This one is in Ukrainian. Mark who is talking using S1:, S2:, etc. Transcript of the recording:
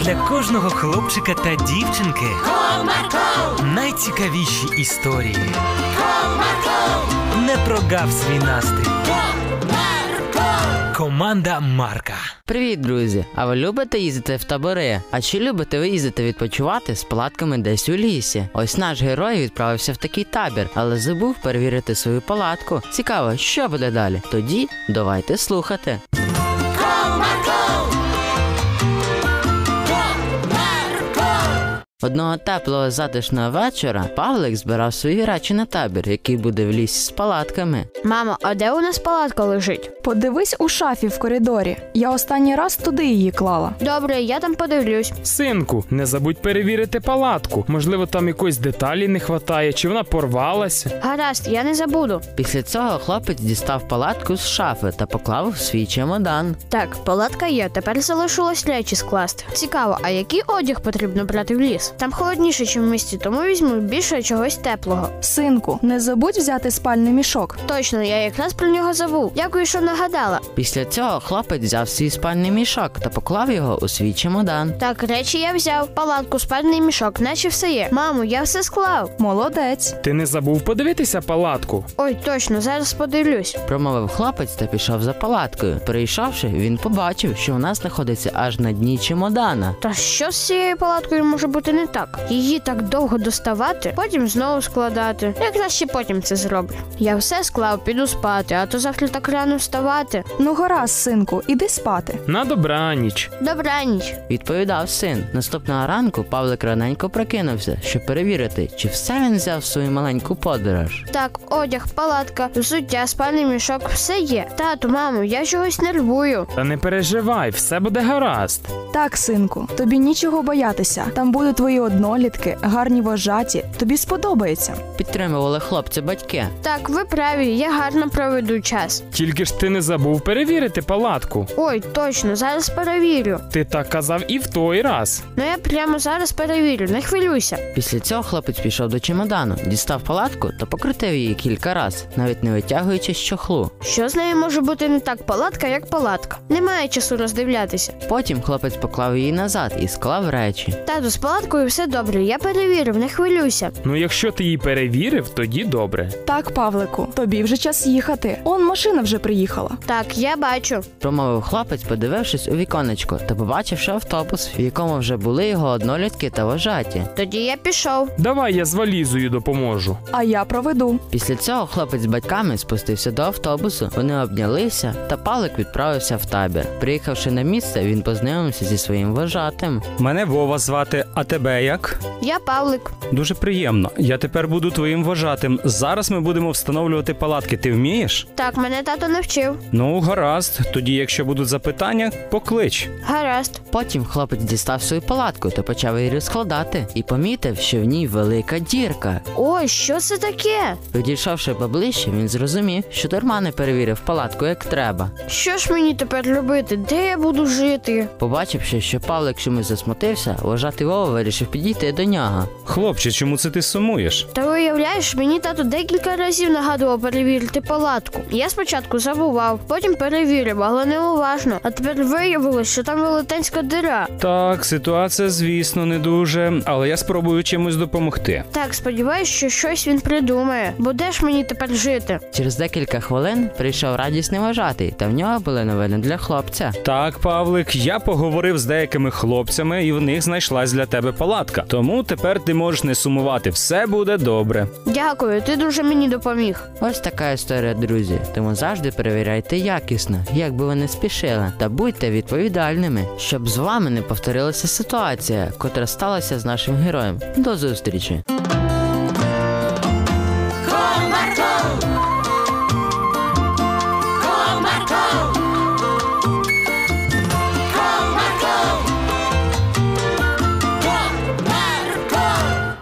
S1: для кожного хлопчика та дівчинки
S2: Comarco,
S1: найцікавіші історії.
S2: Comarco,
S1: Не прогав свій настрій.
S2: Comarco,
S1: Команда Марка.
S3: Привіт, друзі! А ви любите їздити в табори? А чи любите ви їздити відпочивати з палатками десь у лісі? Ось наш герой відправився в такий табір, але забув перевірити свою палатку. Цікаво, що буде далі? Тоді давайте слухати.
S2: Comarco, Comarco,
S3: Одного теплого затишного вечора Павлик збирав свої речі на табір, який буде в лісі з палатками.
S4: Мамо, а де у нас палатка лежить?
S5: Подивись у шафі в коридорі. Я останній раз туди її клала.
S4: Добре, я там подивлюсь.
S6: Синку, не забудь перевірити палатку. Можливо, там якоїсь деталі не хватає, чи вона порвалася.
S4: Гаразд, я не забуду.
S3: Після цього хлопець дістав палатку з шафи та поклав у свій чемодан.
S4: Так, палатка є, тепер залишилось речі скласти. Цікаво, а який одяг потрібно брати в ліс? Там холодніше, ніж в місті, тому візьму більше чогось теплого.
S5: Синку, не забудь взяти спальний мішок.
S4: Точно, я якраз про нього забув. Дякую, що нагадала.
S3: Після цього хлопець взяв свій спальний мішок та поклав його у свій чемодан.
S4: Так, речі я взяв, палатку, спальний мішок, наче все є. Мамо, я все склав.
S5: Молодець.
S6: Ти не забув подивитися палатку?
S4: Ой, точно, зараз подивлюсь.
S3: Промовив хлопець та пішов за палаткою. Прийшовши, він побачив, що вона знаходиться аж на дні чемодана.
S4: Та що з цією палаткою може бути не так? Її так довго доставати, потім знову складати. Я краще потім це зроблю. Я все склав, піду спати, а то завтра так рано вставати.
S5: Ну гаразд, синку, іди спати.
S6: На добраніч.
S4: Добраніч.
S3: Відповідав син. Наступного ранку Павлик раненько прокинувся, щоб перевірити, чи все він взяв в свою маленьку подорож.
S4: Так, одяг, палатка, взуття, спальний мішок, все є. Тату, мамо, я чогось нервую.
S6: Та не переживай, все буде гаразд.
S5: Так, синку, тобі нічого боятися. Там будуть твої однолітки, гарні вожаті. Тобі сподобається.
S3: Підтримували хлопця батьки.
S4: Так, ви праві, я гарно проведу час.
S6: Тільки ж ти не забув перевірити палатку.
S4: Ой, точно, зараз перевірю.
S6: Ти так казав і в той раз.
S4: Ну я прямо зараз перевірю, не хвилюйся.
S3: Після цього хлопець пішов до чемодану, дістав палатку та покрутив її кілька раз, навіть не витягуючи з чохлу.
S4: Що з нею може бути не так палатка, як палатка? Немає часу роздивлятися.
S3: Потім хлопець поклав її назад і склав речі.
S4: Тату, з палаткою все добре, я перевірив, не хвилюйся.
S6: Ну, якщо ти її перевірив, тоді добре.
S5: Так, Павлику, тобі вже час їхати. Он машина вже приїхала.
S4: Так, я бачу.
S3: Промовив хлопець, подивившись у віконечко та побачивши автобус, в якому вже були його однолітки та вожаті.
S4: Тоді я пішов.
S6: Давай я з валізою допоможу.
S5: А я проведу.
S3: Після цього хлопець з батьками спустився до автобусу, вони обнялися, та Палик відправився в табір. Приїхавши на місце, він познайомився зі своїм вожатим.
S7: Мене Вова звати, а тебе як?
S4: Я Павлик.
S7: Дуже приємно. Я тепер буду твоїм вожатим. Зараз ми будемо встановлювати палатки. Ти вмієш?
S4: Так, мене тато навчив.
S7: Ну, гаразд. Тоді, якщо будуть запитання, поклич.
S4: Гаразд.
S3: Потім хлопець дістав свою палатку та почав її розкладати і помітив, що в ній велика дірка.
S4: Ой, що це таке?
S3: Підійшовши поближче, він зрозумів, що дарма не перевірив палатку як треба.
S4: Що ж мені тепер робити? Де я буду жити?
S3: Побачивши, що Павлик чомусь засмутився, вожатий Вова вирішив підійти до нього.
S7: Хлопче, чому це ти сумуєш?
S4: Та уявляєш, мені тато декілька разів нагадував перевірити палатку. Я спочатку забував, потім перевірив, але неуважно. А тепер виявилось, що там велетенська дира.
S7: Так, ситуація, звісно, не дуже, але я спробую чимось допомогти.
S4: Так, сподіваюсь, що щось він придумає, бо де ж мені тепер жити?
S3: Через декілька хвилин прийшов радісний вожатий, та в нього були новини для хлопця.
S7: Так, Павлик, я поговорив з деякими хлопцями, і в них знайшлась для тебе палатка. Тому тепер ти можеш не сумувати, все буде добре.
S4: Дякую, ти дуже мені допоміг.
S3: Ось така історія, друзі. Тому завжди перевіряйте якісно, як би ви не спішили, та будьте відповідальними, щоб з вами не повторилася ситуація, котра сталася з нашим героєм. До зустрічі!